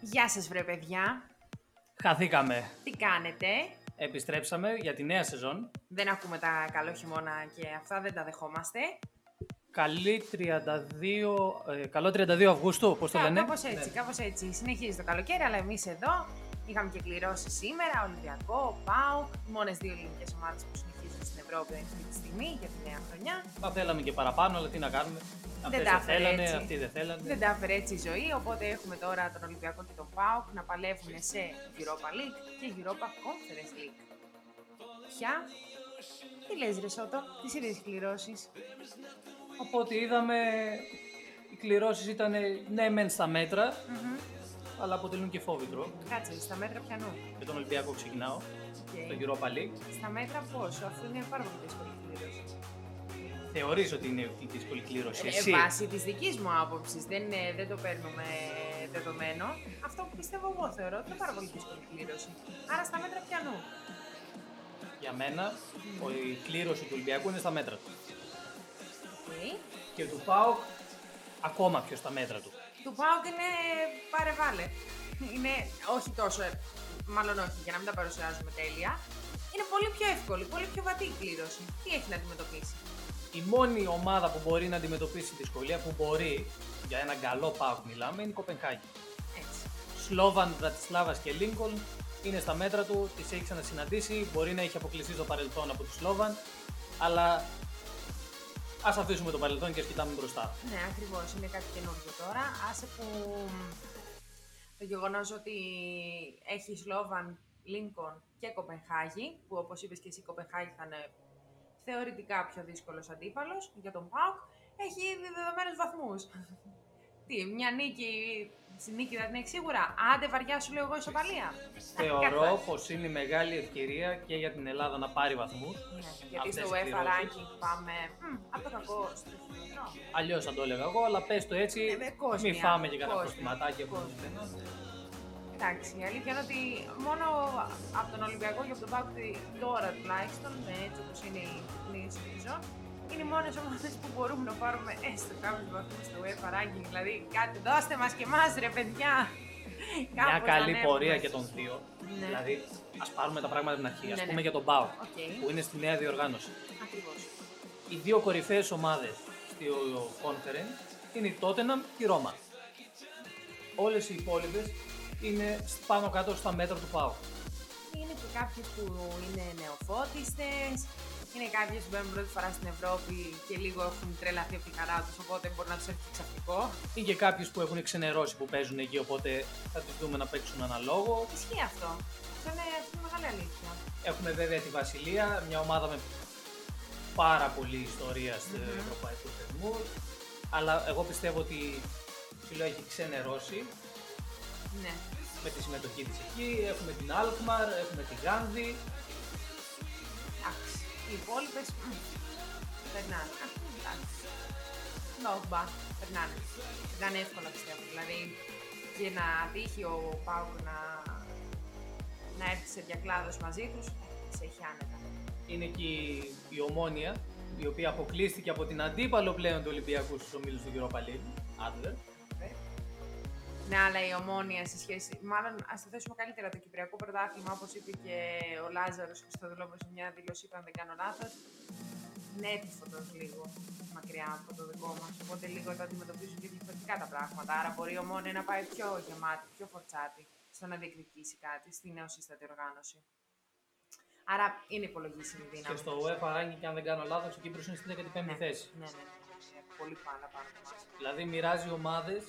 Γεια σας βρε παιδιά, Χαθήκαμε. τι κάνετε, Επιστρέψαμε για τη νέα σεζόν. δεν ακούμε τα καλό χειμώνα και αυτά δεν τα δεχόμαστε. Καλή 32, ε, καλό 32 Αυγούστου, πώς το Κα- λένε. Ναι. κάπως έτσι, κάπως έτσι, συνεχίζει το καλοκαίρι, αλλά εμείς εδώ είχαμε και κληρώσεις σήμερα, Ολυμπιακό, ΠΑΟ, οι μόνες δύο ελληνικές ομάδες που συνεχίζουν στην Ευρώπη αυτή τη στιγμή για τη νέα χρονιά. Τα Ναι. θέλαμε και παραπάνω, αλλά τι να κάνουμε. Αυτές τα δεν έφερε θέλανε, έτσι. αυτοί δεν θέλανε. Δεν τα έφερε έτσι η ζωή, οπότε έχουμε τώρα τον Ολυμπιακό και τον ΠΑΟΚ να παλεύουν σε Europa League και Europa Conference League. Ποια, τι λες ρε Σότο, τις ίδιες κληρώσεις. Από ό,τι είδαμε, οι κληρώσεις ήταν ναι μεν στα μέτρα, Μμμ. αλλά αποτελούν και φόβητρο. Κάτσε, στα μέτρα πιανού. Με τον Ολυμπιακό ξεκινάω, το Οκ. Europa League. Στα μέτρα πόσο, αφού είναι πάρα πολύ δύσκολη κλήρωση. Θεωρείς ότι είναι η δύσκολη κλήρωση. Ε, Εσύ. βάσει της δικής μου άποψης, δεν, ε, δεν το παίρνουμε δεδομένο. Αυτό που πιστεύω εγώ θεωρώ ότι είναι πάρα πολύ δύσκολη κλήρωση. Άρα στα μέτρα πιανού. Για μένα, ο- η κλήρωση του Ολυμπιακού είναι στα μέτρα του. Οκ. Και του ΠΑΟΚ ακόμα πιο στα μέτρα του. Του ΠΑΟΚ είναι πάρε βάλε. Είναι όχι τόσο, ε, μάλλον όχι, για να μην τα παρουσιάζουμε τέλεια. Είναι πολύ πιο εύκολη, πολύ πιο βατή η κλήρωση. Τι έχει να αντιμετωπίσει. Η μόνη ομάδα που μπορεί να αντιμετωπίσει δυσκολία, που μπορεί, για έναν καλό ΠΑΟΚ μιλάμε, είναι η Κοπενχάγη. Έτσι. Σλόβαν, Βρατισλάβας και Λίνκολν είναι στα μέτρα του, τις έχει ξανασυναντήσει. Μπορεί να έχει αποκλειστεί στο παρελθόν από τη Σλόβαν, αλλά ας αφήσουμε το παρελθόν και ας κοιτάμε μπροστά. Ναι, ακριβώς. Είναι κάτι καινούργιο τώρα. Άσε που μ, το γεγονός ότι έχει Σλόβαν, Λίνκον και Κοπενχάγη, που όπως είπες και εσύ, η Κοπενχάγη θα είναι θεωρητικά πιο δύσκολος αντίπαλος για τον Πάοκ, έχει ήδη δεδομένους βαθμούς. Τι, μια νίκη, στη νίκη θα την έχει σίγουρα. Άντε, βαριά σου λέω εγώ ισοπαλία. Θεωρώ πως είναι μεγάλη ευκαιρία και για την Ελλάδα να πάρει βαθμούς. Ναι, γιατί στο Αυτές οι UEFA κληρώσεις. ranking πάμε μ, από το κακό στο χειρότερο. Αλλιώς θα το έλεγα εγώ, αλλά πες το έτσι. Ε, με κόσμια, Μην φάμε και κανένα κόσμια, προστιματάκι από κόσμια. τον Εντάξει, η αλήθεια είναι ότι μόνο από τον Ολυμπιακό και από τον Πάουκ τώρα τουλάχιστον, ναι, έτσι όπως είναι η τεχνή σεζόν, είναι οι μόνες ομάδες που μπορούμε να πάρουμε έστω κάποιου βαθμού στο UEFA ranking. Δηλαδή, κάτι δώστε μας και εμάς, ρε παιδιά! Μια Κάπως να καλή ανέβουμε. πορεία και των δύο. Ναι. Δηλαδή, ας πάρουμε τα πράγματα από την αρχή. Ναι, Ας ναι. πούμε για τον Πάο, Οκ, που είναι στη νέα διοργάνωση. ακριβώς. Οι δύο κορυφαίες ομάδες στο conference είναι η Tottenham και η Ρώμα. Όλες οι υπόλοιπες είναι πάνω κάτω στα μέτρα του Πάου. Είναι και κάποιοι που είναι νεοφώτιστες, είναι κάποιοι που μπαίνουν πρώτη φορά στην Ευρώπη και λίγο έχουν τρελαθεί από τη χαρά τους, οπότε μπορεί να τους έρθει ξαφνικό. Είναι και κάποιους που έχουν ξενερώσει που παίζουν εκεί, οπότε θα τους δούμε να παίξουν αναλόγω. Ισχύει αυτό. Αυτό είναι, αυτό είναι μεγάλη αλήθεια. Έχουμε βέβαια τη Βασιλεία, μια ομάδα με πάρα πολλή ιστορία στο Μμμ. ευρωπαϊκό θεσμό. Αλλά εγώ πιστεύω ότι ψηλό έχει ξενερώσει Ναι. με τη συμμετοχή της εκεί. Έχουμε την Αλκμαρ, έχουμε τη Γάνδη. Εντάξει. Οι υπόλοιπες. Περνάνε. Α, Εντάξει. Νόμπα. Περνάνε. Δεν είναι εύκολο πιστεύω. Δηλαδή για να τύχει ο Πάου να, να έρθει σε διακλάδος μαζί τους, σε έχει άνετα. είναι και η- η Ομόνια, η οποία αποκλείστηκε από την αντίπαλο πλέον του Ολυμπιακού στους ομίλους του Europa League, Adler. Ναι, αλλά η ομόνοια σε σχέση. Μάλλον ας το θέσουμε καλύτερα το Κυπριακό Πρωτάθλημα, όπως είπε και ο Λάζαρος Χρυστοδουλόπουλο σε μια δήλωση, είπε αν δεν κάνω λάθος. Ναι, το λίγο μακριά από το δικό μας. Οπότε λίγο τα αντιμετωπίζουν και διαφορετικά τα πράγματα. Άρα μπορεί η ομόνοια να πάει πιο γεμάτη, πιο φορτσάτη στο να διεκδικήσει κάτι στη νεοσύστατη οργάνωση. Άρα είναι υπολογίσιμη δύναμη. Και στο UEFA ranking, και αν δεν κάνω λάθος, ο Κύπρος είναι στην 15η ναι, θέση. Ναι, ναι, Πολύ πάνω πάνω από εμά. Δηλαδή μοιράζει ομάδες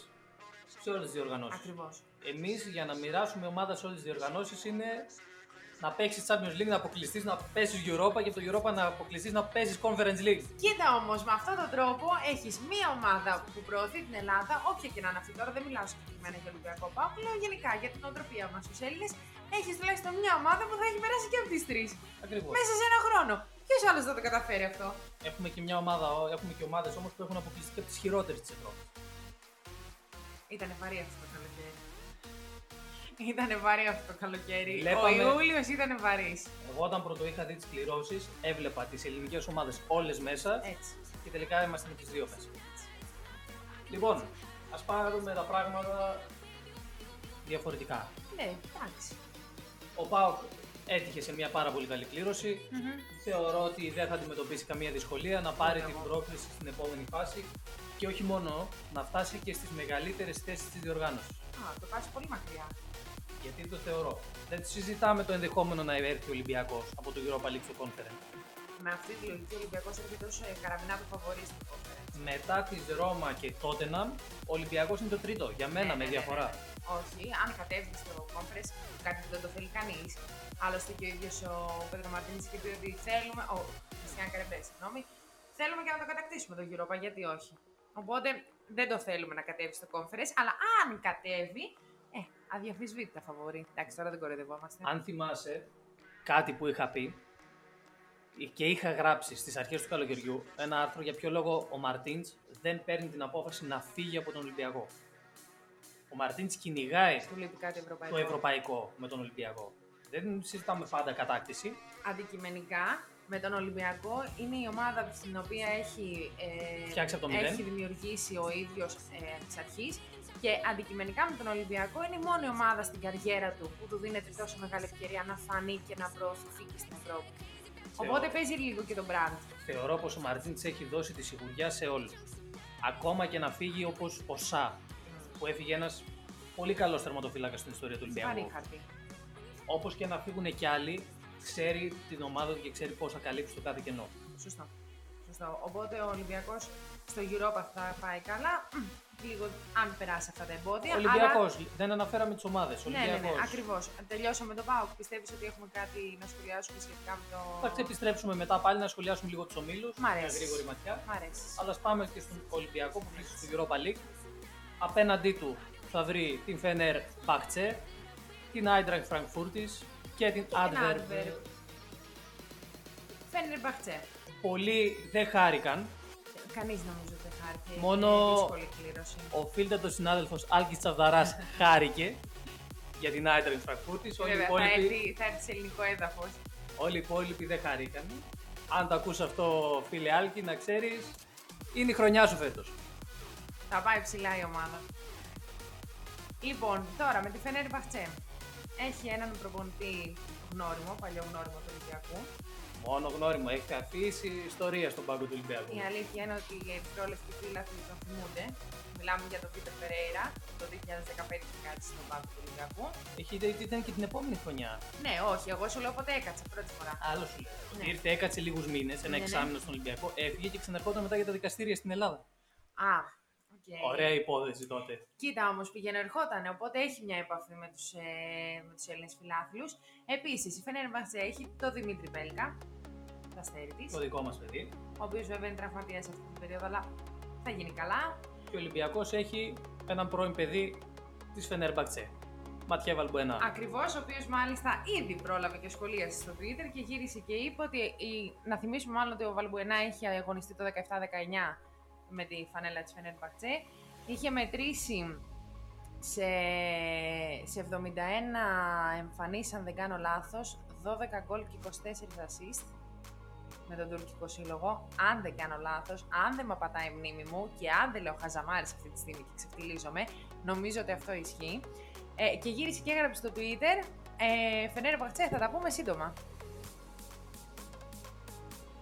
σε όλες τις διοργανώσεις. Ακριβώς. Εμείς για να μοιράσουμε ομάδα σε όλες τις διοργανώσεις είναι να παίξεις Champions League, να αποκλειστείς, να παίσεις Europa και από το Europa να αποκλειστείς, να παίσεις Conference League. Κοίτα όμως, με αυτόν τον τρόπο έχεις μία ομάδα που προωθεί την Ελλάδα, όποια και να είναι αυτή. Τώρα δεν μιλάω συγκεκριμένα για Ολυμπιακό Πάο, λέω γενικά για την οτροπία μας στου Έλληνες. Έχεις τουλάχιστον μία ομάδα που θα έχει περάσει και από τις τρεις Ακριβώς. μέσα σε ένα χρόνο. Ποιος άλλος θα το καταφέρει αυτό. Έχουμε και, μια ομάδα, έχουμε και ομάδες όμως που έχουν αποκλειστεί και από τις χειρότερες της Ευρώπης. Ήταν βαρύ αυτό το καλοκαίρι. Ήταν βαρύ αυτό το καλοκαίρι. Ο Βλέπαμε- Ιούλιος ήταν βαρύς. Εγώ όταν πρώτο είχα δει τις κληρώσεις, έβλεπα τις ελληνικές ομάδες όλες μέσα Έτσι. και τελικά είμαστε με τις δύο μέσα. Λοιπόν, ας πάρουμε τα πράγματα διαφορετικά. Ναι, εντάξει. Ο Πάοκ έτυχε σε μια πάρα πολύ καλή κλήρωση. Θεωρώ ότι δεν θα αντιμετωπίσει καμία δυσκολία να πάρει Ούτε την εγώ. πρόκληση στην επόμενη φάση και όχι μόνο να φτάσει και στις μεγαλύτερες θέσεις της διοργάνωσης. Α, το πας πολύ μακριά. Γιατί το θεωρώ. Δεν συζητάμε το ενδεχόμενο να έρθει ο Ολυμπιακός από το Europa League στο Conference. Με αυτή τη λογική ο Ολυμπιακός έρχεται ω καραμινά ε. το φαβορή στην conference. Μετά τη Ρώμα και Τότεναμ, ο Ολυμπιακός είναι το τρίτο. Για μένα, Ναι, ναι, με ναι, διαφορά. ναι, ναι. Όχι, αν κατέβει στο conference, κάτι που δεν το θέλει κανείς. Άλλωστε και ο ίδιος ο Πέτρο Μαρτίνης είχε πει ότι θέλουμε. Ο Χριστιαν Καρεμπές, συγγνώμη. Θέλουμε και να το κατακτήσουμε τον Europa, γιατί όχι. Οπότε δεν το θέλουμε να κατέβει στο conference, αλλά αν κατέβει, ε, αδιαφυσβήτητα φαβορή. Εντάξει, τώρα δεν κοροϊδευόμαστε. Αν θυμάσαι κάτι που είχα πει και είχα γράψει στις αρχές του καλοκαιριού ένα άρθρο για ποιο λόγο ο Μαρτίνς δεν παίρνει την απόφαση να φύγει από τον Ολυμπιακό. Ο Μαρτίνς κυνηγάει Του λείπει κάτι ευρωπαϊκό. το ευρωπαϊκό με τον Ολυμπιακό. Δεν συζητάμε πάντα κατάκτηση. αντικειμενικά με τον Ολυμπιακό είναι η ομάδα στην οποία έχει, ε, Φτιάξει από το μηδέν. έχει δημιουργήσει ο ίδιος ε, εξ αρχής. Και αντικειμενικά με τον Ολυμπιακό είναι η μόνη ομάδα στην καριέρα του που του δίνεται τόσο μεγάλη ευκαιρία να φανεί και να προωθηθεί και στην Ευρώπη. Οπότε παίζει λίγο και τον brand. Θεωρώ πως ο Μαρτίνς έχει δώσει τη σιγουριά σε όλους. Ακόμα και να φύγει όπως ο Σα, που έφυγε ένας πολύ καλός τερματοφύλακας στην ιστορία του Βαρύ Ολυμπιακού. χαρτί. Όπως και να φύγουν κι άλλοι, ξέρει την ομάδα του και ξέρει πώ θα καλύψει το κάθε κενό. Σωστό. Σωστό. Οπότε ο Ολυμπιακός στο Europa θα πάει καλά. Μμ, Λίγο αν περάσει αυτά τα εμπόδια. Ο αλλά- Ολυμπιακό. Δεν αναφέραμε τις ομάδες. Ναι, ναι, ναι, Ολυμπιακός. ακριβώς. Τελειώσαμε το ΠΑΟΚ. Πιστεύεις ότι έχουμε κάτι να σχολιάσουμε σχετικά με το. Θα ξεπιστρέψουμε μετά πάλι να σχολιάσουμε λίγο τους ομίλους. Μ' αρέσει. γρήγορη ματιά. Μ' αρέσει. Αλλά πάμε και στον Ολυμπιακό που βρίσκεται στο Europa League. Απέναντί του θα βρει την Φενέρ Μπαχτσέ, την Άιντραχ Φραγκφούρτης και την Adverb. Adverb. Φαίνεται μπαχτσέ. Πολλοί δεν χάρηκαν. Κανείς νομίζω δεν χάρηκε. Μόνο- Είναι δύσκολη κλήρωση. Οφείλεται ο συνάδελφο Άλκη Τσαβδαράς χάρηκε για την Άιντραχ Φραγκφούρτης. Όλοι οι Βέβαια, θα υπόλοιποι έρθει, θα έρθει σε ελληνικό έδαφος. Όλοι οι υπόλοιποι δεν χαρήκαν. Αν το ακούς αυτό, φίλε Άλκη, να ξέρεις, είναι η χρονιά σου φέτος. Θα πάει ψηλά η ομάδα. Λοιπόν, τώρα με τη Φενέρ Μπαχτσέ. Έχει έναν προπονητή γνώριμο, παλιό γνώριμο του Ολυμπιακού. Μόνο γνώριμο, έχει αφήσει ιστορία στον πάγκο του Ολυμπιακού. Η αλήθεια είναι ότι οι πρόλευκοι φύλακοι τον θυμούνται. Μιλάμε για τον Πίτερ Περέιρα, το 2015 είχε κάτσει στον πάγκο του Ολυμπιακού. Έχει, ήταν και την επόμενη χρονιά. Ναι, όχι, εγώ σου λέω ποτέ έκατσα πρώτη φορά. Άλλο σου λέω. ότι Ναι. Ήρθε, έκατσε λίγους μήνες, Ναι, ένα ναι. εξάμεινο στον Ολυμπιακό, έφυγε και ξαναρχόταν μετά για τα δικαστήρια στην Ελλάδα. Α, οκ. Ωραία υπόθεση τότε. Κοίτα όμως, πηγαίνω ερχόταν, οπότε έχει μια επαφή με τους ε, με τους Έλληνες φιλάθλους. Επίσης, η Φενέρ έχει το Δημήτρη Πέλκα, το αστέρι της, Το δικό μας παιδί. ο οποίος βέβαια είναι τραυματίας αυτή την περίοδο, αλλά θα γίνει καλά. Και ο Ολυμπιακός έχει έναν πρώην παιδί της Φενέρμπακτσε. Ματιέ Βαλμπουενά. Ακριβώς, ο οποίος μάλιστα ήδη πρόλαβε και σχολίασε στο Twitter και γύρισε και είπε ότι. Η... Να θυμίσουμε μάλλον ότι ο Βαλμπουενά είχε αγωνιστεί το 17-19 με τη φανέλα της Φενέρ Μπαχτσέ. Είχε μετρήσει σε, σε 71 εμφανίσεις, αν δεν κάνω λάθος, 12 γκολ και 24 assist με τον τουρκικό σύλλογο. Αν δεν κάνω λάθος, αν δεν με απατάει η μνήμη μου και αν δεν λέω χαζαμάρι αυτή τη στιγμή και ξεφτυλίζομαι, νομίζω ότι αυτό ισχύει. Ε, και γύρισε και έγραψε στο Twitter. Ε, Φενέρ Μπαχτσέ, θα τα πούμε σύντομα.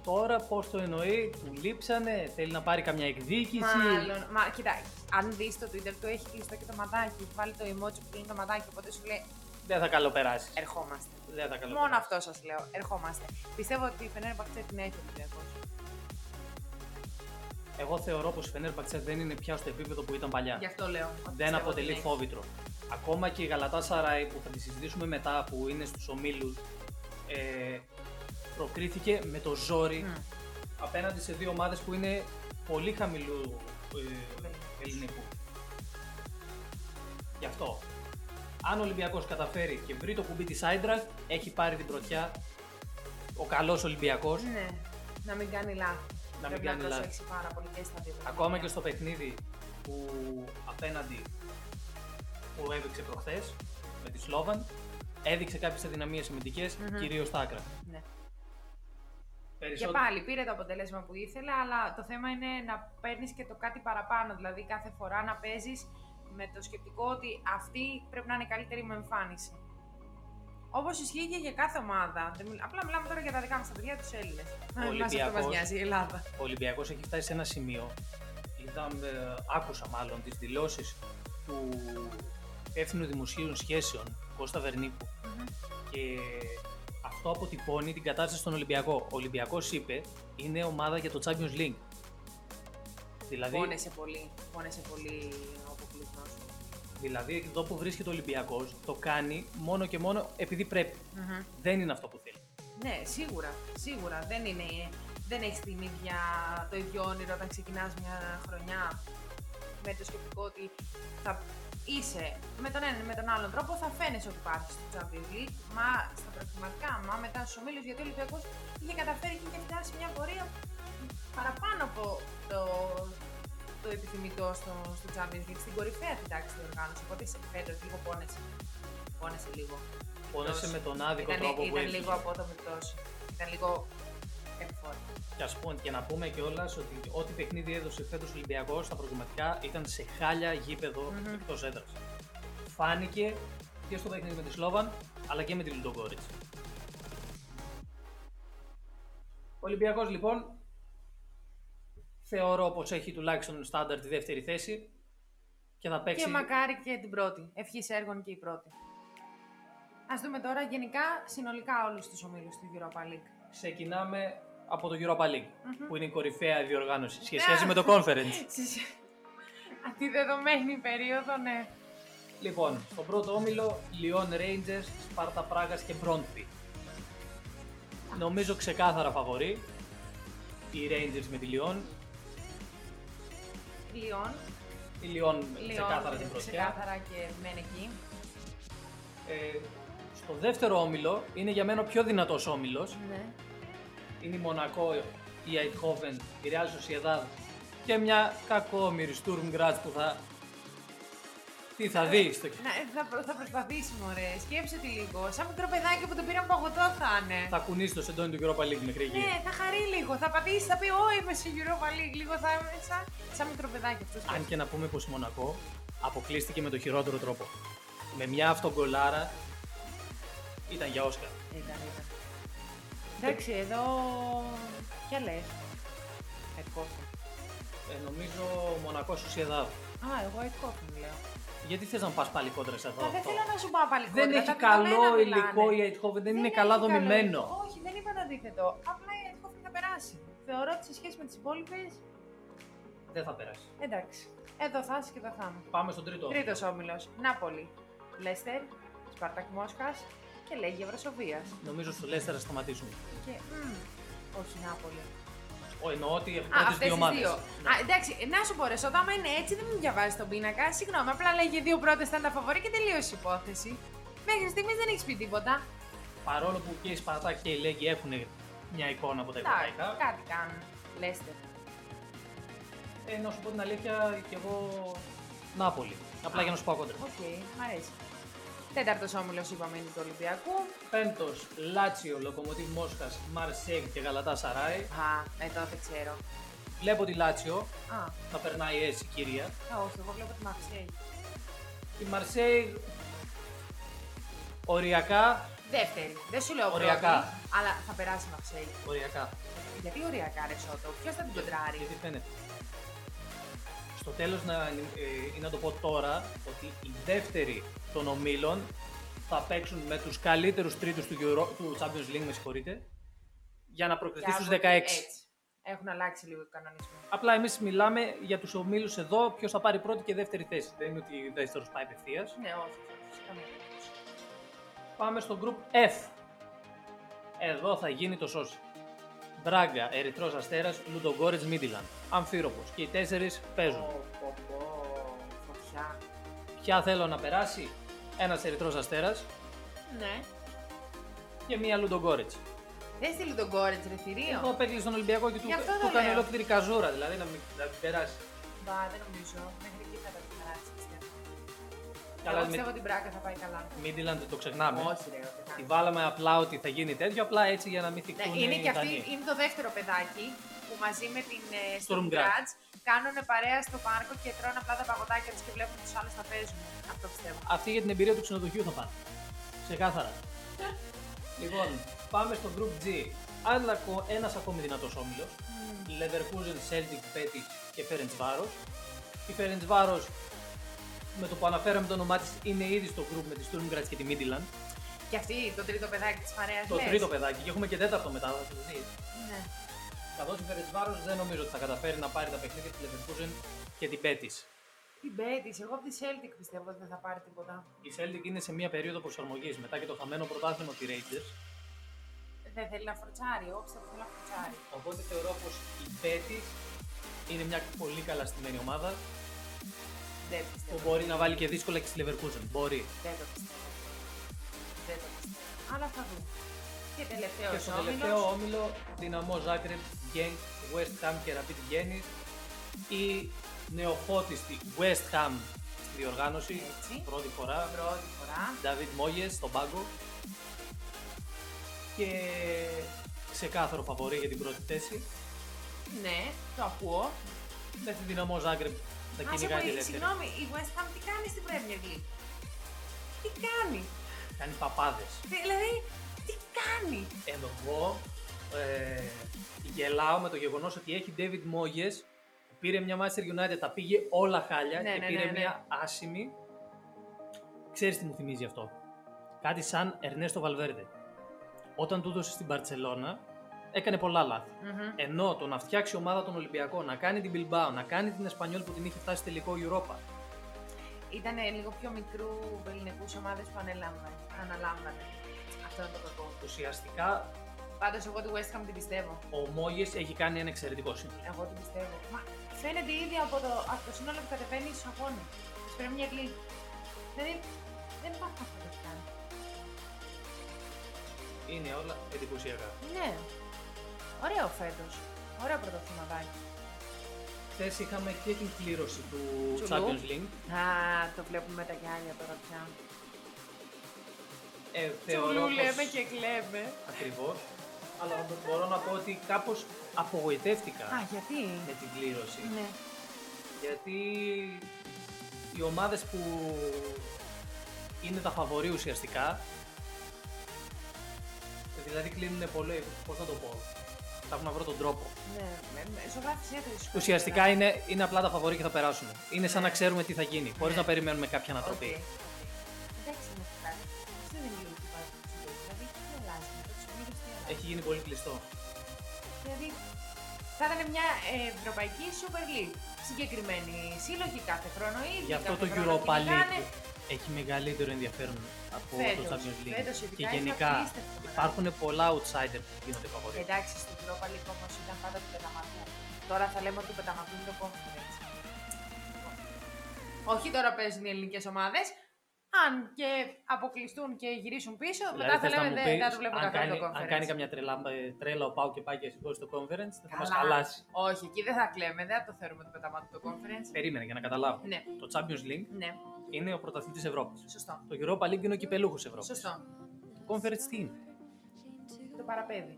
Τώρα πώς το εννοεί, του λείψανε, θέλει να πάρει καμιά εκδίκηση. Μάλλον. Μα, κοίτα, αν δεις το Twitter του, έχει κλειστό και το ματάκι. Έχει βάλει το emoji που κλείνει το ματάκι. Οπότε σου λέει, Δεν θα καλοπεράσεις. ερχόμαστε. Δεν θα καλοπεράσεις. Ε, Μόνο αυτό σας λέω. Ερχόμαστε. Πιστεύω ότι η Φενέρ Μπαχτσέ την έχει ο Ολυμπιακός. Εγώ θεωρώ πως η Φενέρμπαξε δεν είναι πια στο επίπεδο που ήταν παλιά. Γι' αυτό λέω. ότι δεν πιστεύω αποτελεί ότι την φόβητρο. Ακόμα και η Γαλατά Σαράι που θα τη συζητήσουμε μετά που είναι στους ομίλους ε, προκρίθηκε με το ζόρι έχει. Μμ. απέναντι σε δύο ομάδες που είναι πολύ χαμηλού ε, Ελληνικού. ελληνικού. Γι' αυτό, αν ο Ολυμπιακός καταφέρει και βρει το κουμπί της Άιντραχτ, έχει πάρει την πρωτιά ο καλός Ολυμπιακός. Ναι. Να μην κάνει λάθη. Να μην Πρέπει κάνει να λάθη. προσέξει πάρα πολύ και στα δύο. Ακόμα και στο παιχνίδι που απέναντι που έδειξε προχθές με τη Σλόβαν, έδειξε κάποιες αδυναμίες αμυντικές, Μμμ. κυρίως στα άκρα. Ναι. Και Περισσότερο- πάλι πήρε το αποτέλεσμα που ήθελα, αλλά το θέμα είναι να παίρνεις και το κάτι παραπάνω. Δηλαδή κάθε φορά να παίζεις με το σκεπτικό ότι αυτή πρέπει να είναι καλύτερη μου εμφάνιση. Όπως ισχύει και για κάθε ομάδα. Δεν μιλ- Απλά μιλάμε τώρα για τα δικά μας τα παιδιά, τους Έλληνες. Μας αυτό μας Ολυμπιακός. νοιάζει η Ελλάδα. Ο Ολυμπιακός έχει φτάσει σε ένα σημείο, είδαμε, άκουσα μάλλον τις δηλώσεις του Εύθυνου Δημοσίων Σχέσεων, Κώστα Βερνίκου, και αυτό αποτυπώνει την κατάσταση στον Ολυμπιακό. Ο Ολυμπιακός είπε, είναι ομάδα για το Champions League. Δηλαδή, Πόνεσαι πολύ. Πόνεσαι πολύ ο αποκλεισμός. δηλαδή εδώ που βρίσκεται ο Ολυμπιακός, το κάνει μόνο και μόνο επειδή πρέπει. Δεν είναι αυτό που θέλει. Ναι, σίγουρα. Σίγουρα. Δεν, είναι, δεν έχει την ίδια, το ίδιο όνειρο όταν ξεκινάς μια χρονιά με το σκεπτικό ότι θα είσαι με τον έναν ή με τον άλλον τρόπο, θα φαίνεσαι ότι υπάρχεις στο Champions League, μα στα πραγματικά, μα μετά στους ομίλους, γιατί ο Ολυμπιακό είχε καταφέρει και είχε φτάσει σε μια πορεία παραπάνω από το, το επιθυμητό στο, στο Champions League, στην κορυφαία την τάξη του οργάνωση. Οπότε σε φέτος λίγο πόνεσαι. Πόνεσαι λίγο. Πόνεσε με τον άδικο Ήταν, τρόπο που ήταν έφυγε. λίγο απότομη πτώση. Ήταν λίγο εμφόρη. Και, ας πούμε, και να πούμε κιόλας ότι ό,τι παιχνίδι έδωσε φέτος ο Ολυμπιακός στα προκριματικά ήταν σε χάλια γήπεδο Μμμ. εκτός έδρας. Φάνηκε και στο παιχνίδι με τη Σλόβαν αλλά και με τη Λιντογκόριτ. Ο Ολυμπιακός λοιπόν θεωρώ πως έχει τουλάχιστον στάνταρ τη δεύτερη θέση και θα παίξει. Και μακάρι και την πρώτη. Ευχής έργων και η πρώτη. Ας δούμε τώρα γενικά συνολικά όλους τους ομίλους του Europa League. Ξεκινάμε από το Europa League Μμμ. που είναι η κορυφαία διοργάνωση σε Ναι. σχέση με το Conference. Στις- Αυτή η δεδομένη περίοδο, ναι. Λοιπόν, στον πρώτο όμιλο, Λιόν Rangers, Σπάρτα Πράγας και Μπρόντφι. Νομίζω ξεκάθαρα φαβορεί οι Rangers με τη Λιόν. Λιόν. Η Λιόν ξεκάθαρα Λιόν την ναι, πρωτιά. ξεκάθαρα και μένει εκεί. Ε, στο δεύτερο όμιλο είναι για μένα ο πιο δυνατός όμιλος. Ναι. Είναι η Μονακό, η Eindhoven, η Real Sociedad και μια κακόμοιρη Sturm Graz που θα... Τι θα δει στο Να, ε, θα, προ- θα προσπαθήσει, μωρέ. Σκέψε τη λίγο. Σαν μικρό παιδάκι που το πήραν παγωτό θα είναι. Θα κουνήσει το σεντόνι του Europa League μέχρι εκεί. Ναι, θα χαρεί λίγο. Θα πατήσει, θα πει Ω, είμαι σε Europa League. Λίγο θα είμαι σαν, σαν μικρό παιδάκι αυτός. Αν και να πούμε πως η Μονακό αποκλείστηκε με το χειρότερο τρόπο. Με μια αυτογκολάρα ήταν για Όσκα. Ήταν, ήταν. Εντάξει, εδώ. Ποια λες. Εκκόφιν. Ε, νομίζω Μονακό Σουσιαδάδ. Α, εγώ εκκόφιν λέω. Γιατί θες να πας πάλι κόντρα σε αυτό. Μα δεν θέλω να σου πάω πάλι Δεν κόντρα, έχει τα καλό δεδομένα υλικό μιλάνε. η Αιτχόβεν, δεν είναι έχει καλά καλό δομημένο. υλικό. Όχι, δεν είπα το αντίθετο. Απλά η εκκόφιν θα περάσει. Θεωρώ ότι σε σχέση με τις υπόλοιπες. Δεν θα περάσει. Εντάξει. Εδώ θα είσαι και εδώ θα είμαι. Πάμε στον τρίτο. Τρίτος όμιλο. Νάπολη. Λέστερ. Σπαρτακ Μόσχας. Και λέγει Ευρωσοβία. Νομίζω στο Λέστερ θα σταματήσουμε. Και. μμ, όχι Νάπολη. Ο, εννοώ ότι Α, από τις αυτές δύο τις ομάδες. δύο. Ναι. Α, ε- εντάξει, να σου πω, ρε, Σωτά, άμα είναι έτσι, δεν μου διαβάζεις τον πίνακα. Συγγνώμη, απλά λέγε δύο πρώτες ήταν τα φαβορή και τελείωσε η υπόθεση. Μέχρι στιγμής δεν έχεις πει τίποτα. Παρόλο που και η Σπαρτά και η Λέγκη έχουν μια εικόνα από τα Εντάξει, ευρωπαϊκά. κάτι κάνουν. Λέστε. Ε, να σου πω την αλήθεια κι εγώ Νάπολη. Απλά για να σου πάω κόντρα. Οκ, μ' αρέσει. Τέταρτος όμιλος, είπαμε, είναι του Ολυμπιακού. Πέμπτος, Λάτσιο, Λοκομοτήβ Μόσχα, Μαρσέγ και Γαλατά Σαράι. Α, εδώ δεν ξέρω. Βλέπω τη Λάτσιο Α, να περνάει έτσι, κυρία. α, όχι, εγώ βλέπω τη Μαρσέη. Η Μαρσέγ οριακά. Δεύτερη. Δεν σου λέω πρώτη, Οριακά. αλλά θα περάσει η Μαρσέη. Οριακά. Γιατί οριακά, ρε Σότο, ποιος θα την κοντράρει. Γιατί φαίνεται. Στο τέλος, να, ε, ε, να το πω τώρα ότι οι δεύτεροι των ομίλων θα παίξουν με τους καλύτερους τρίτους του, Euro- του Champions League, με συγχωρείτε, για να προκριθεί Για στους 16. από- έτσι. Έχουν αλλάξει λίγο οι κανονισμοί. Απλά εμείς μιλάμε για τους ομίλους εδώ, ποιος θα πάρει πρώτη και δεύτερη θέση. Δεν είναι ότι ο δεύτερος πάει απευθείας. Ναι, όχι, όχι, καμία περίπτωση. Πάμε στο group F. Εδώ θα γίνει το σώσι. Μπράγκα, Ερυθρός Αστέρας, Λουντογκόρετ, Μίτιλαν. Αμφίροπος. Και οι τέσσερις παίζουν. Πω, πω, πω, φωτιά. Ποια θέλω να περάσει, ένας Ερυθρός Αστέρας Ναι. και μία Λουντογκόρετ. Δεν στείλει τον κόρετ ρε θηρίο. Εδώ παίζει στον Ολυμπιακό και του, Γι' αυτό του το κάνει λέω. ολόκληρη καζούρα, δηλαδή να μην, να μην περάσει. Μπα, δεν νομίζω. Μέχρι εκεί θα τα περάσει. πιστεύω. Εγώ Καλά, πιστεύω με την Μπράκα θα πάει καλά. Midland το ξεχνάμε. Όχι, ρε, ούτε Τη καν. βάλαμε απλά ότι θα γίνει τέτοιο, απλά έτσι για να μην Ναι, θυχτούν είναι οι και αυτή, Δανείοι. είναι το δεύτερο παιδάκι που μαζί με την ε, Storm Storm Grudge. Grudge κάνουν παρέα στο πάρκο και τρώνε απλά τα παγωτάκια τους και βλέπουν τους άλλους να παίζουν. Αυτό πιστεύω. Αυτή για την εμπειρία του ξενοδοχείου θα πάνε. Ξεκάθαρα. λοιπόν, πάμε στο Group G. Άλλα ακο- ένας ακόμη δυνατός όμιλος. Leverkusen, Celtic, Betis και Ferencvaros. Η Ferencvaros με το που αναφέραμε το όνομά της είναι ήδη στο group με τη Sturm Graz και τη Midland. Και αυτή το τρίτο παιδάκι της παρέας Το λες. τρίτο παιδάκι και έχουμε και τέταρτο μετά, θα το δεις. Ναι. Καθώς η Ferencvaros δεν νομίζω ότι θα καταφέρει να πάρει τα παιχνίδια της Leverkusen και την Betis. Την Πέτης, εγώ από τη Celtic πιστεύω ότι δεν θα πάρει τίποτα. Η Celtic είναι σε μια περίοδο προσαρμογής μετά και το χαμένο πρωτάθλημα της Rangers. Δεν θέλει να φροτσάρει, εγώ πιστεύω ότι θέλει να φροτσάρει. Οπότε θεωρώ πως η Betis είναι μια πολύ καλά στημένη ομάδα Δεν που πιστεύω. μπορεί να βάλει και δύσκολα και στη Leverkusen. Μπορεί. Δεν το πιστεύω. Δεν το πιστεύω. Αλλά θα δούμε. Και Και τελευταίος στο όμιλος. τελευταίο όμιλο, δυναμό Ζάκρεπ, Γκένγκ, West Ham και Rapid Γκέννη. Η νεοφώτιστη West Ham στη διοργάνωση. Έτσι. Πρώτη φορά. Πρώτη φορά. Νταβίτ Μόγε στον πάγκο. Και ξεκάθαρο φαβορή για την πρώτη θέση. Ναι, το ακούω. Δεν τη δυναμό Ζάγκρεπ θα Άσε κυνηγάει τη μου, δεύτερη. συγγνώμη, η West Ham τι κάνει στην Premier League. Τι κάνει. Κάνει παπάδες. Δηλαδή, τι κάνει. Εγώ ε, γελάω με το γεγονός ότι έχει David Moyes που πήρε μια Manchester United, τα πήγε όλα χάλια Ναι, και ναι, πήρε ναι, ναι. μια άσημη. Ξέρεις τι μου θυμίζει αυτό. Κάτι σαν Ερνέστο Βαλβέρντε. Όταν του έδωσε στην Παρσελώνα, έκανε πολλά λάθη. Ενώ το να φτιάξει ομάδα τον Ολυμπιακό, να κάνει την Bilbao, να κάνει την Εσπανιόλ που την είχε φτάσει τελικό Europa, Ήταν λίγο πιο μικρού ελληνικούς ομάδες που ανέλαβαν- αναλάμβανε. Αυτό είναι το κακό. ουσιαστικά Πάντως, εγώ τη West Ham την πιστεύω. ο Μόγες έχει κάνει ένα εξαιρετικό σύνολο. Εγώ την πιστεύω. Μα φαίνεται ήδη από το, από το σύνολο που κατεβαίνει στου αγώνε. Της Premier League. Δηλαδή, δεν υπάρχει αυτό που έχει κάνει. Είναι όλα εντυπωσιακά. Ναι. Ωραίο φέτος. Ωραίο πρωτοθυμαδάκι. Χθες είχαμε και την κλήρωση του Τσουλού. Champions League. Α, το βλέπουμε με τα γυάλια τώρα πια. Ε, θεωρώ Τσουλού πως... λέμε και κλαίμε. Ακριβώς. Αλλά μπορώ να πω ότι κάπως απογοητεύτηκα Α, γιατί. με την κλήρωση. Ναι. Γιατί οι ομάδες που είναι τα φαβορή ουσιαστικά, δηλαδή κλείνουν πολύ, πώς να το πω, θα έχουν να βρω τον τρόπο. Ναι, με- με- ζωγράφησε έτρεση. Ουσιαστικά Ναι. είναι, είναι απλά τα φαβορή και θα περάσουν. Είναι σαν να ξέρουμε τι θα γίνει, χωρίς Ναι. να περιμένουμε κάποια Οκ. ανατροπή. Εντάξει, είναι αυτά. Αυτό δεν είναι λίγο που υπάρχει στη ζωή. Δηλαδή, τι αλλάζει. Το ξεμύρι τι αλλάζει. Έχει γίνει πολύ κλειστό. Δηλαδή, θα ήταν μια ε, ευρωπαϊκή Super League. Συγκεκριμένη σύλλογη κάθε χρόνο ή Γι' αυτό το Europa League έχει μεγαλύτερο ενδιαφέρον από Φέτος. το Champions League. Φέτος ειδικά και είναι γενικά απίστευτο. υπάρχουν πολλά outsider που γίνονται φαβορή. Εντάξει, στην Europa League όμως ήταν πάντα του πεταμακού. Τώρα θα λέμε ότι του πεταμακού είναι το conference. Όχι τώρα παίζουν οι ελληνικές ομάδες. Αν και αποκλειστούν και γυρίσουν πίσω, μετά θα Δηλαδή θες να λέμε μου δεν πεις, δεν το βλέπω αν καθόλου κάνει, το conference. αν κάνει καμιά τρελά, ε, τρέλα ο Πάου και πάει και σηκώσει το conference, θα μας Καλά. χαλάσει. Όχι, εκεί δεν θα κλαίμε, δεν θα το θεωρούμε το πεταμάτο το conference. Περίμενε για να καταλάβω. Ναι. Το Champions League Ναι, είναι ο πρωταθλητής Ευρώπης. σωστό. Το Europa League είναι ο κυπελούχος Ευρώπης. Σωστό. Το Conference τι είναι. Το παραπέδι.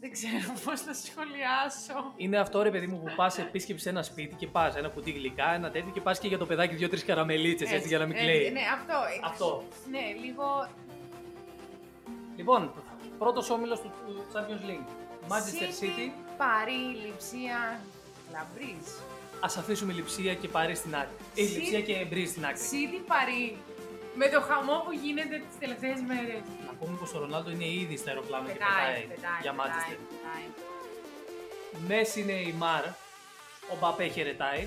Δεν ξέρω πώς θα σχολιάσω. Είναι αυτό ρε παιδί μου που πας επίσκεψη σε ένα σπίτι και πας ένα κουτί γλυκά, ένα τέτοιο και πας και για το παιδάκι δύο-τρει καραμελίτσες έτσι, για να μην έτσι, κλαίει. Ναι, αυτό. Αυτό. Ναι, λίγο Λοιπόν, πρώτος όμιλος του του Champions League. Manchester City. Παρή, Λιψία, Λαμπρίζ. Ας αφήσουμε Λιψία και Παρί στην άκρη. Ε, City. Λιψία και Μπρι στην άκρη. City Παρή. Με το χαμό που γίνεται τις τελευταίες μέρες. Να πούμε πως ο Ρονάλντο είναι ήδη στο αεροπλάνο και Πετάει, πετάει πετάει, για πετάει, Manchester. πετάει. Μέση είναι η Μαρ. Ο Μπαπέ χαιρετάει.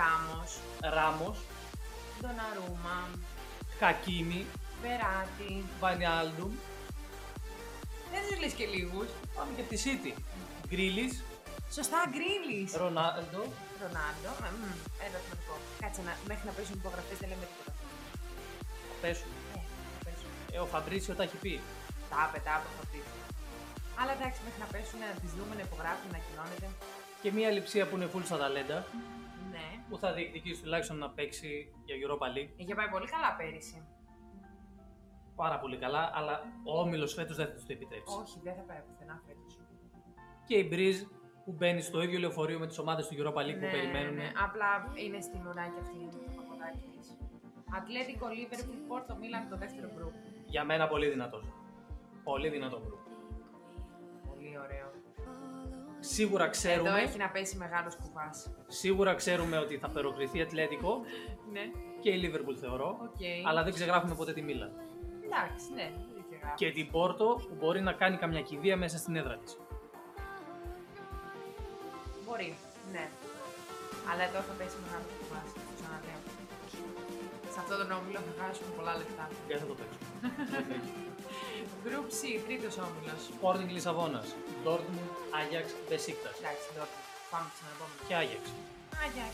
Ράμος, Ράμος. Ντοναρούμα, Χακίμι. Βεράτη. Βανιάλντουμ. Δεν τους λες και λίγους. Πάμε και από τη City. Γκρίλις. Σωστά, Γκρίλης. Ρονάλντο. Ρονάλντο. Ε, μμ, Ένα σημαντικό. Κάτσε να, μέχρι να παίζουν υπογραφές δεν λέμε τίποτα. Πέσουν. Ε, να παίζουν. Ε, ο Φαμπρίτσιο τα έχει πει. Τάπε, τάπε, θα πεις. Αλλά εντάξει, μέχρι να πέσουν να τις δούμε, να υπογράφουν, να κοινώνεται. Και μία λειψία που είναι full στα ταλέντα. Ναι. που θα διεκδικήσει τουλάχιστον να παίξει για Europa League. Είχε πάει πολύ καλά πέρυσι. Πάρα πολύ καλά, αλλά ο όμιλος φέτος δεν θα τους το επιτρέψει. Όχι, δεν θα πάει πουθενά φέτος. Και η Breeze που μπαίνει στο ίδιο λεωφορείο με τις ομάδες του Europa League που περιμένουν. ναι. Απλά είναι στην ουρά και αυτή το πακοτάκι της. Ατλέτικο, Liverpool, Πόρτο, Μίλαν, το δεύτερο γκρουπ. Για μένα πολύ δυνατός. Πολύ δυνατό γκρουπ. Πολύ ωραίο. Σίγουρα ξέρουμε, Εδώ έχει να πέσει μεγάλος κουβάς. σίγουρα ξέρουμε ότι θα περοκριθεί Ατλέτικο Ναι. και η Liverpool θεωρώ. Οκ. Αλλά δεν ξεγράφουμε ποτέ τη Μίλαν. Εντάξει, ναι. δεν είχε γράψει. και την Πόρτο που μπορεί να κάνει καμιά κηδεία μέσα στην έδρα της. Μπορεί, ναι. Αλλά εδώ θα πέσει μεγάλος κουβάς. το Ξαναλέω. Σε αυτόν τον όμιλο θα χάσουμε πολλά λεφτά. Δεν θα το παίξω. Group C, τρίτος όμιλος. Sporting Λισαβόνας, Dortmund, Ajax, Besiktas Εντάξει, τότε. Πάμε στον επόμενο. και Ajax. Α, για.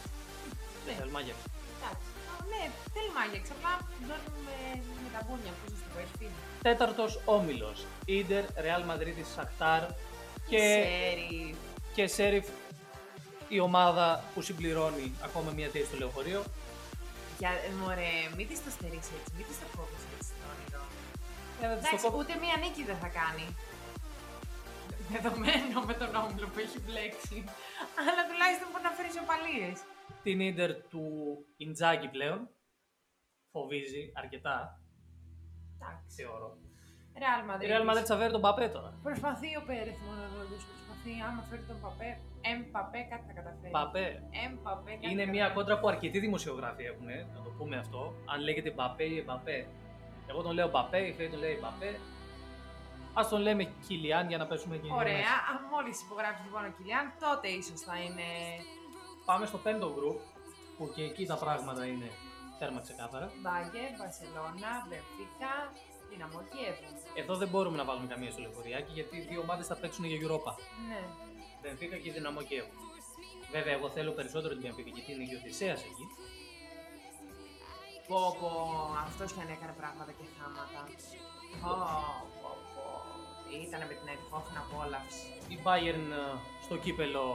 Δεν Ναι. θέλουμε Ajax. Εντάξει. Α, Ναι, θέλουμε άγιαξ. Απλά δώνουμε με τα μπούνια που ίσω το έχει πει. Τέταρτος όμιλος, Ίντερ, Real Madrid, Shakhtar και, Ξέρει. και Sheriff, η ομάδα που συμπληρώνει ακόμα μία θέση στο λεωφορείο. Ε, Για, μωρέ, μην της το στερήσει έτσι, μην της το κόβεις έτσι το όνειρο. Ε, δεν της το Εντάξει, κόβω. ούτε μία νίκη δεν θα κάνει. Δεδομένο με τον όμιλο που έχει μπλέξει. Αλλά τουλάχιστον μπορεί να φέρει οπαλίε. Την Ίντερ του Ιντζάκη πλέον φοβίζει αρκετά, Εντάξει. θεωρώ. Real Η Madrid. Real Madrid θα φέρει τον Παπέ τώρα. Προσπαθεί ο Πέρεθ Μαραγωγό. Προσπαθεί. Άμα φέρει τον Παπέ, Εμπαπέ κάτι θα καταφέρει. Παπέ, Εμπαπέ κάτι Είναι θα μια καταφέρει. κόντρα που αρκετοί δημοσιογράφοι έχουν, ε, να το πούμε αυτό. Αν λέγεται Μπαπέ ή Εμπαπέ. Εγώ τον λέω Μπαπέ, η Φέη τον λέει Μπαπέ. Ας τον λέμε Κιλιάν για να πέσουμε και Ωραία. μέσα. Μόλις υπογράψεις λοιπόν ο Κιλιάν, τότε ίσως θα είναι. Πάμε στο πέμπτο γκρουπ, που και εκεί τα πράγματα είναι τέρμα ξεκάθαρα. Μπάγκερ, Μπαρσελόνα, Μπερφίκα, Δυναμό Κιέβου. Εδώ δεν μπορούμε να βάλουμε καμία στο λεωφοριάκι, γιατί οι δύο ομάδες θα παίξουν για Europa. Ναι. Μπενφίκα και Δυναμό Κιέβου. Βέβαια, εγώ θέλω περισσότερο την Μπενφίκα, γιατί είναι και ο Θησέας εκεί. Πω πω, αυτός κι αν έκανε πράγματα και θάματα. Πω πω πω. Ήτανε με την ερχόφυνα απόλαυση. Η Bayern ε, στο κύπελο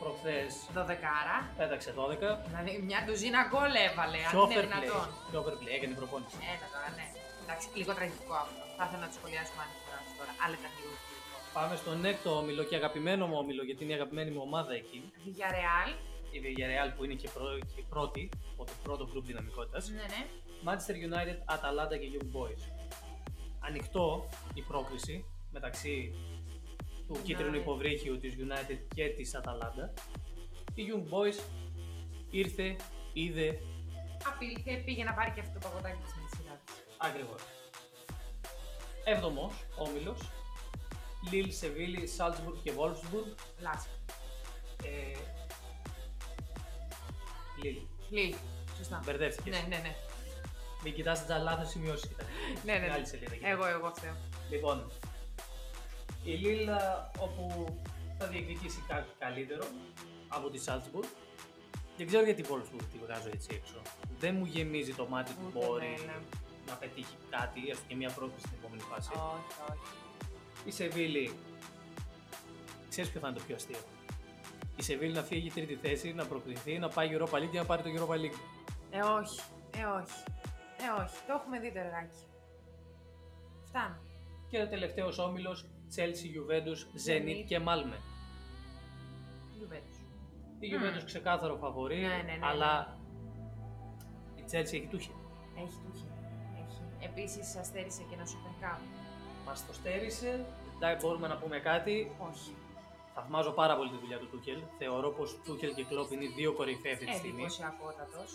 προχθές Δωδεκάρα. πέταξε 12. Δηλαδή μια ντουζίνα γκολ έβαλε, Ε, αν Πιο είναι fair δυνατόν. play. Πιο fair play, έκανε προπόνηση. Έλα τώρα, ναι. Εντάξει, λίγο τραγικό αυτό. Θα ήθελα να το σχολιάσουμε αν φορά τώρα, αλλά ήταν λίγο τραγικό. Πάμε στον έκτο όμιλο και αγαπημένο μου όμιλο, γιατί είναι η αγαπημένη μου ομάδα εκεί. Για Ρεάλ. Η Villarreal που είναι και, πρω- και πρώτη, από το πρώτο group δυναμικότητας. Ναι, ναι. Manchester United, Atalanta και Young Boys. Ανοιχτό η πρόκριση μεταξύ του United. κίτρινου υποβρύχιου της United και της Atalanta. Η Young Boys ήρθε, είδε, Απήλθε, ε, πήγε να πάρει και αυτό το παγωτάκι της με τη σειρά της. Ακριβώς. Έβδομος όμιλος. Λίλ, Σεβίλη, Σάλτσμπουργκ και Βόλφσμπουργκ. Λάτσιο. Ε, Λίλ, Λί. Σωστά. μπερδεύτηκες. Ναι, ναι, ναι. Μην κοιτάς τα λάθος σημειώσεις. κοίτα. Ναι, ναι, ναι. Άλλη σελίδα, κοίτα. Εγώ, εγώ φταίω. Λοιπόν, η Λίλ α, όπου θα διεκδικήσει κάτι καλύτερο από τη Σάλτσμπουργκ. Δεν ξέρω γιατί η Wolfsburg τη βγάζω έτσι έξω. Δεν μου γεμίζει το μάτι που Ούτε ναι, μπορεί εμένα. να πετύχει κάτι, έστω και μια πρόκληση στην επόμενη φάση. Όχι, όχι. Η Σεβίλη. Ξέρεις ποιο θα είναι το πιο αστείο. Η Σεβίλη να φύγει τρίτη θέση, να προκληθεί, να πάει Europa League και να πάρει το Europa League. Ε, όχι. Ε, όχι. Ε, όχι. Το έχουμε δει το εργάκι. Φτάνω. Και ο τελευταίος όμιλος Chelsea, Juventus, Zenit Zenit. και Malme. Γιουβέντους. Η Mm. Juventus ξεκάθαρο φαβορή, Ναι, ναι, ναι, ναι. αλλά η Chelsea έχει τούχη. Έχει τούχη. Έχει. Επίσης, αστέρισε και ένα Super Cup. Μας το στέρισε, δεν μπορούμε να πούμε κάτι. Όχι. Θαυμάζω πάρα πολύ τη δουλειά του Τούχελ. Θεωρώ πως Τούχελ και Κλόπ είναι οι δύο κορυφαίοι αυτή τη Ε, στιγμή. Εντυπωσιακότατος.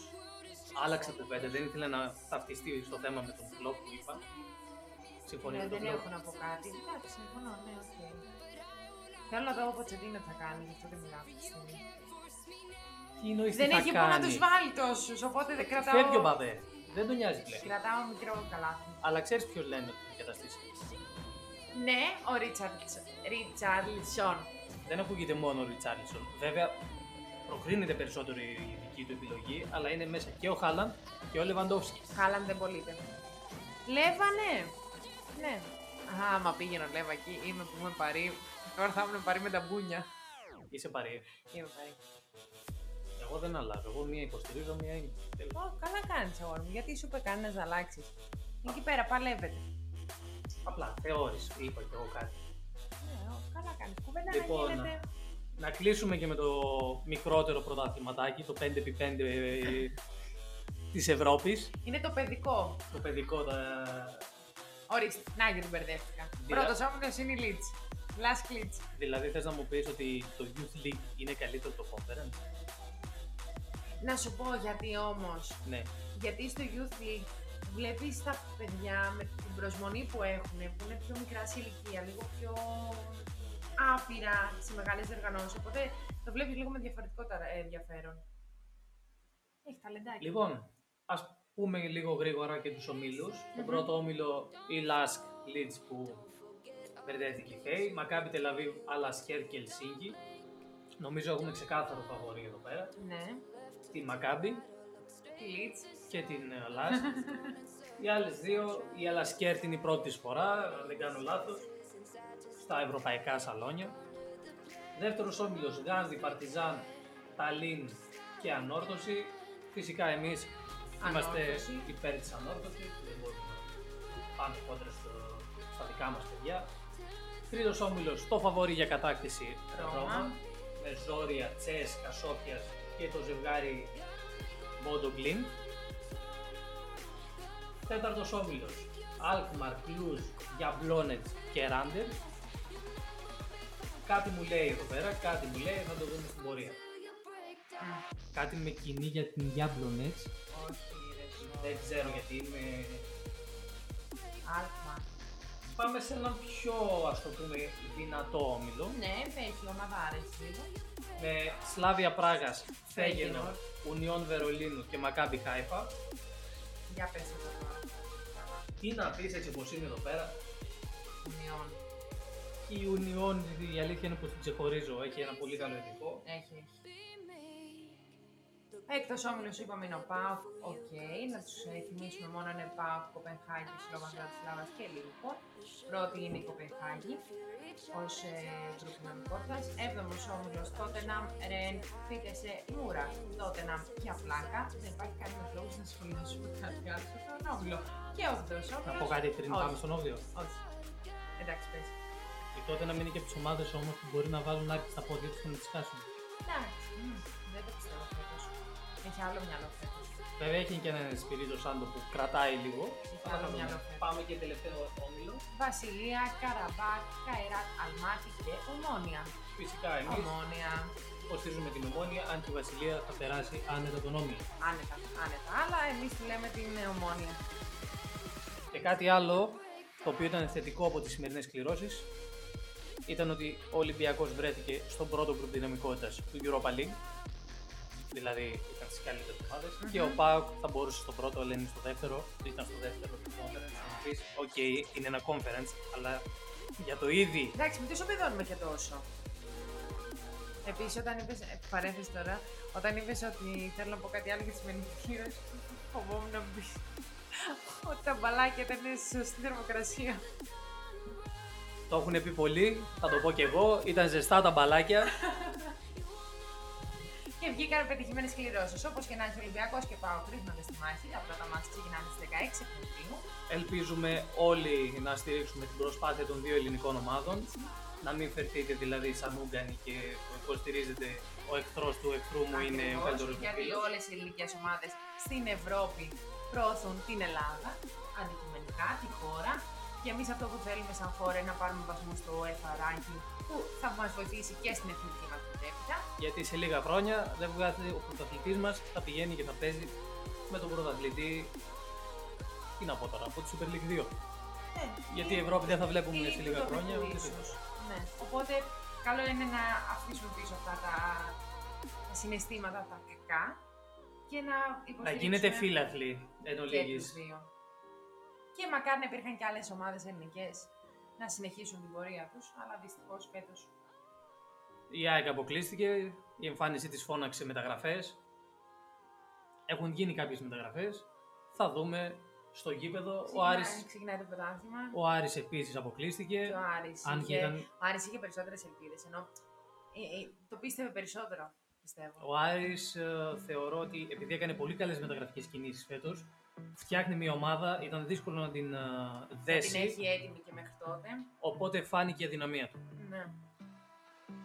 Άλλαξε κουβέντα, δεν ήθελε να ταυτιστεί στο θέμα με τον Κλόπ που είπα. Συμφωνεί Ναι, με τον δεν Κλόπ. έχω να πω κάτι. Εντάξει, συμφωνώ. Ναι, οκ. Θέλω να δω ο Ποτσετίνο τι θα κάνει, γι' αυτό δεν μιλάω αυτή τη στιγμή. Τι εννοείς Δεν τι θα έχει που κάνει. να τους βάλει τόσους, οπότε δεν Φεύγει ο κρατάω... Μπαπέ. Δεν τον νοιάζει πλέον. Κρατάω μικρό καλάθι. Αλλά ξέρεις ποιο λένε ότι θα καταστήσεις. Ναι, ο Ρίτσαρτς- Ρίτσαρλσον. Δεν ακούγεται μόνο ο Ριτσάρλισον. Βέβαια, προκρίνεται περισσότερο η δική του επιλογή, αλλά είναι μέσα και ο Χάλαν και ο Λεβαντόφσκι. Χάλαν δεν πωλείται. Λέβα, ναι. Ναι. Α, άμα πήγαινε ο Λέβα εκεί, είμαι που είμαι παρή. Τώρα θα ήμουν παρή με τα μπούνια. Είσαι παρή. Είμαι παρή. Εγώ Εγώ δεν αλλάζω. Εγώ μία υποστηρίζω, μία είναι. Τέλος. Ω, καλά κάνεις αγόρι μου. Γιατί σου είπε κανένας να αλλάξεις. Εκεί πέρα παλεύεται. Απλά θεώρηση, είπα κι εγώ κάτι. Ναι, ω, καλά κάνεις. Κουβέντα Λοιπόν, να γίνεται. Να κλείσουμε και με το μικρότερο πρωταθληματάκι, το 5x5 ε, της Ευρώπης. Είναι το παιδικό. Το παιδικό, τα... Ορίστε, να γιατί μπερδεύτηκα. Δηλα- Πρώτος όμιλος είναι η Λίτ. Λα Κλίτ. δηλαδή θες να μου πεις ότι το Youth League είναι καλύτερο το conference. Να σου πω γιατί όμως. Ναι, Γιατί στο Youth League βλέπεις τα παιδιά με την προσμονή που έχουν, που είναι πιο μικρά σε ηλικία, λίγο πιο άπειρα σε μεγάλες διοργανώσεις. Οπότε το βλέπεις λίγο με διαφορετικό ταρα- ε, ενδιαφέρον. Έχει ταλεντάκι. Λοιπόν, ας πούμε λίγο γρήγορα και τους ομίλους. Τον Μμμ. πρώτο όμιλο η Lask Leeds που μπερδεύτηκε η Θέη. Μακάμπι Τελαβίβ, Αλασχέρ και Ελσίνκι. Νομίζω έχουμε ξεκάθαρο φαβορή εδώ πέρα. Ναι. Τη Μακάμπι Τη Λίτς. και την ε, Lask. Οι άλλες δύο, η Αλασκέρ την η πρώτη της φορά, αν δεν κάνω λάθος, στα ευρωπαϊκά σαλόνια. Δεύτερος όμιλος, Γκάνδη, Παρτιζάν, Ταλίν και Ανόρθωση. Φυσικά εμείς είμαστε Ανόρθωση. υπέρ της Ανόρθωσης, δεν μπορούμε να πάμε κόντρα στο- στα δικά μας παιδιά. Τρίτος όμιλος, το φαβορή για κατάκτηση, Ρώμα. Ρώμα, με Ζόρια, Τσές, Κασόφιας και το ζευγάρι Μπόντο Γκλίν. Τέταρτος όμιλος. Αλκμαρ, Κλουζ, Γιαμπλόνετ και Ράντερ. Κάτι μου λέει εδώ πέρα, κάτι μου λέει, θα το δούμε στην πορεία. Κάτι με κινεί για την Γιαμπλόνετ. Όχι, ρε. Δεν ξέρω γιατί είμαι. Άλφα. Πάμε σε έναν πιο ας το πούμε δυνατό όμιλο. Ναι, παίζει ομαδάρες λίγο. Με Σλάβια Πράγας, Φέγενο, Φέγενορ. Ουνιόν Βερολίνου και Μακάμπι Χάιφα. Για πες το τώρα. Τι να πεις έτσι όπως είναι εδώ πέρα, Ουνιών. Και η Union, η αλήθεια είναι που την ξεχωρίζω, έχει ένα πολύ καλό ειδικό. Έχει, έχει. Έκτος όμιλος είπαμε είναι ο ΠΑΟΚ, οκ, να τους ε, θυμίσουμε μόνο είναι ΠΑΟΚ, Κοπενχάγη, Σλόβαν Βρατισλάβας και Λίλικο. Πρώτη είναι η Κοπενχάγη ως ε, γκρουπ δυναμικότητας. Έβδομος όμιλος Τότεναμ, Ρεν, Φίτεσε, Μούρα. Τότεναμ για πλάκα, δεν υπάρχει κανένας λόγος να σχολιάσουμε κάτι άλλο σε αυτόν τον όμιλο. Και όγδοος Να όμιλος... πω κάτι πριν όχι, πάμε στον Όβιο. Όχι. Εντάξει, πες. Και τότε να μην είναι και από τις ομάδες όμως που μπορεί να βάλουν άκρη στα πόδια τους και να τις χάσουν. Εντάξει, μμ, δεν το πιστεύω φέτος. Έχει άλλο μυαλό φέτος. Βέβαια έχει και έναν Σπυρίδο Σάντο που κρατάει λίγο. άλλο Αλλά μυαλό. Πάμε και τελευταίο όμιλο. Βασιλεία, Καραμπάκ, Καϊράτ, Αλμάτι και Ομόνια. Φυσικά εμείς Ομόνια. υποστηρίζουμε την ομόνια, αν και η Βασιλεία θα περάσει άνετα τον όμιλο. Άνετα, άνετα. Αλλά εμείς τη λέμε την ε, Ομόνια. Και κάτι άλλο το οποίο ήταν θετικό από τις σημερινές κληρώσεις ήταν ότι ο Ολυμπιακός βρέθηκε στον πρώτο γκρουπ δυναμικότητας του Europa League δηλαδή ήταν στις καλύτερες ομάδες. Μμμ. και ο ΠΑΟΚ θα μπορούσε στο πρώτο αλλά είναι στο δεύτερο ήταν στο δεύτερο του conference να μου πεις οκ είναι ένα conference αλλά για το ήδη Εντάξει, μην το μπεδώνουμε και τόσο. Επίσης, όταν είπες. Παρέθεση τώρα, όταν είπες ότι θέλω να πω κάτι άλλο για τη σημερινή κλήρωση, φοβόμουν να μου πεις ότι τα μπαλάκια ήταν στη σωστή θερμοκρασία. το έχουν πει πολλοί θα το πω και εγώ ήταν ζεστά τα μπαλάκια Και βγήκαν πετυχημένες κληρώσεις. Όπως και να έχει Ολυμπιακός και πάω κρίσματα στη μάχη. Τα πρώτα μάτια ξεκινάνε στις 16 Φεβρουαρίου. Ελπίζουμε όλοι να στηρίξουμε την προσπάθεια των δύο ελληνικών ομάδων. Να μην φερθείτε δηλαδή σαν ούγκανοι και υποστηρίζετε ο εχθρός του εχθρού μου είναι ο Ακριβώς, καλύτερο μου Γιατί φίλο. όλες οι ελληνικές ομάδες στην Ευρώπη προώθουν την Ελλάδα, αντικειμενικά τη χώρα. Και εμείς αυτό που θέλουμε σαν χώρα είναι να πάρουμε βαθμούς στο UEFA ranking που θα μας βοηθήσει και στην εθνική μας πρωτεύουσα. Γιατί σε λίγα χρόνια δεν βγάζει ο πρωταθλητής μας, θα πηγαίνει και θα παίζει με τον πρωταθλητή. Τι να πω τώρα, από τη Super League 2. Ναι, Γιατί η ή- Ευρώπη δεν θα βλέπουμε ή σε του λίγα τοπικού χρόνια, ούτε ίσως. τίποτα. Ναι. Οπότε καλό είναι να αφήσουμε πίσω αυτά τα, τα συναισθήματα τα κακά και να Να υποστηρίξουμε... γίνετε φίλαθλοι εν και ολίγης. τους δύο. Και μακάρι να υπήρχαν και άλλες ομάδες ελληνικές να συνεχίσουν την πορεία τους, αλλά δυστυχώς φέτος. Η ΑΕΚ αποκλείστηκε, η εμφάνιση της φώναξε μεταγραφές. Έχουν γίνει κάποιες μεταγραφές. Θα δούμε στο γήπεδο. Ο Άρης, Ξεκινάει το πρωτάθλημα. ο Άρης επίσης Και ο αποκλείστηκε. Άρης. Αν και είχε, ήταν Ο Άρης είχε περισσότερες ελπίδες, ενώ ε, ε, το πίστευε περισσότερο. πιστεύω. Ο Άρης ε, θεωρώ ότι επειδή έκανε πολύ καλές μεταγραφικές κινήσεις φέτος, φτιάχνει μια ομάδα, ήταν δύσκολο να την ε, Την δέσει, έχει έτοιμη και μέχρι τότε. οπότε φάνηκε η δυναμία του. Ναι.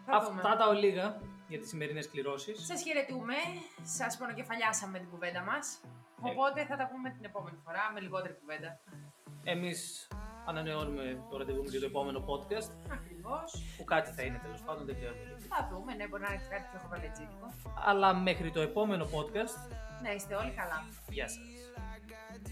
Θα δούμε. Αυτά τα ολίγα για τις σημερινές κληρώσεις. Σας χαιρετούμε. Σας πονοκεφαλιάσαμε την κουβέντα μας. Ναι. Οπότε θα τα πούμε την επόμενη φορά με λιγότερη κουβέντα. Εμείς ανανεώνουμε το ραντεβού μας για το επόμενο podcast, Ακριβώς. που κάτι θα είναι τέλος πάντων, δεν ξέρω. Θα δούμε, ναι, μπορεί να έρθει κάτι πιο χαβαλετζίδικο. Αλλά μέχρι το επόμενο podcast, Να είστε όλοι καλά. γεια σας.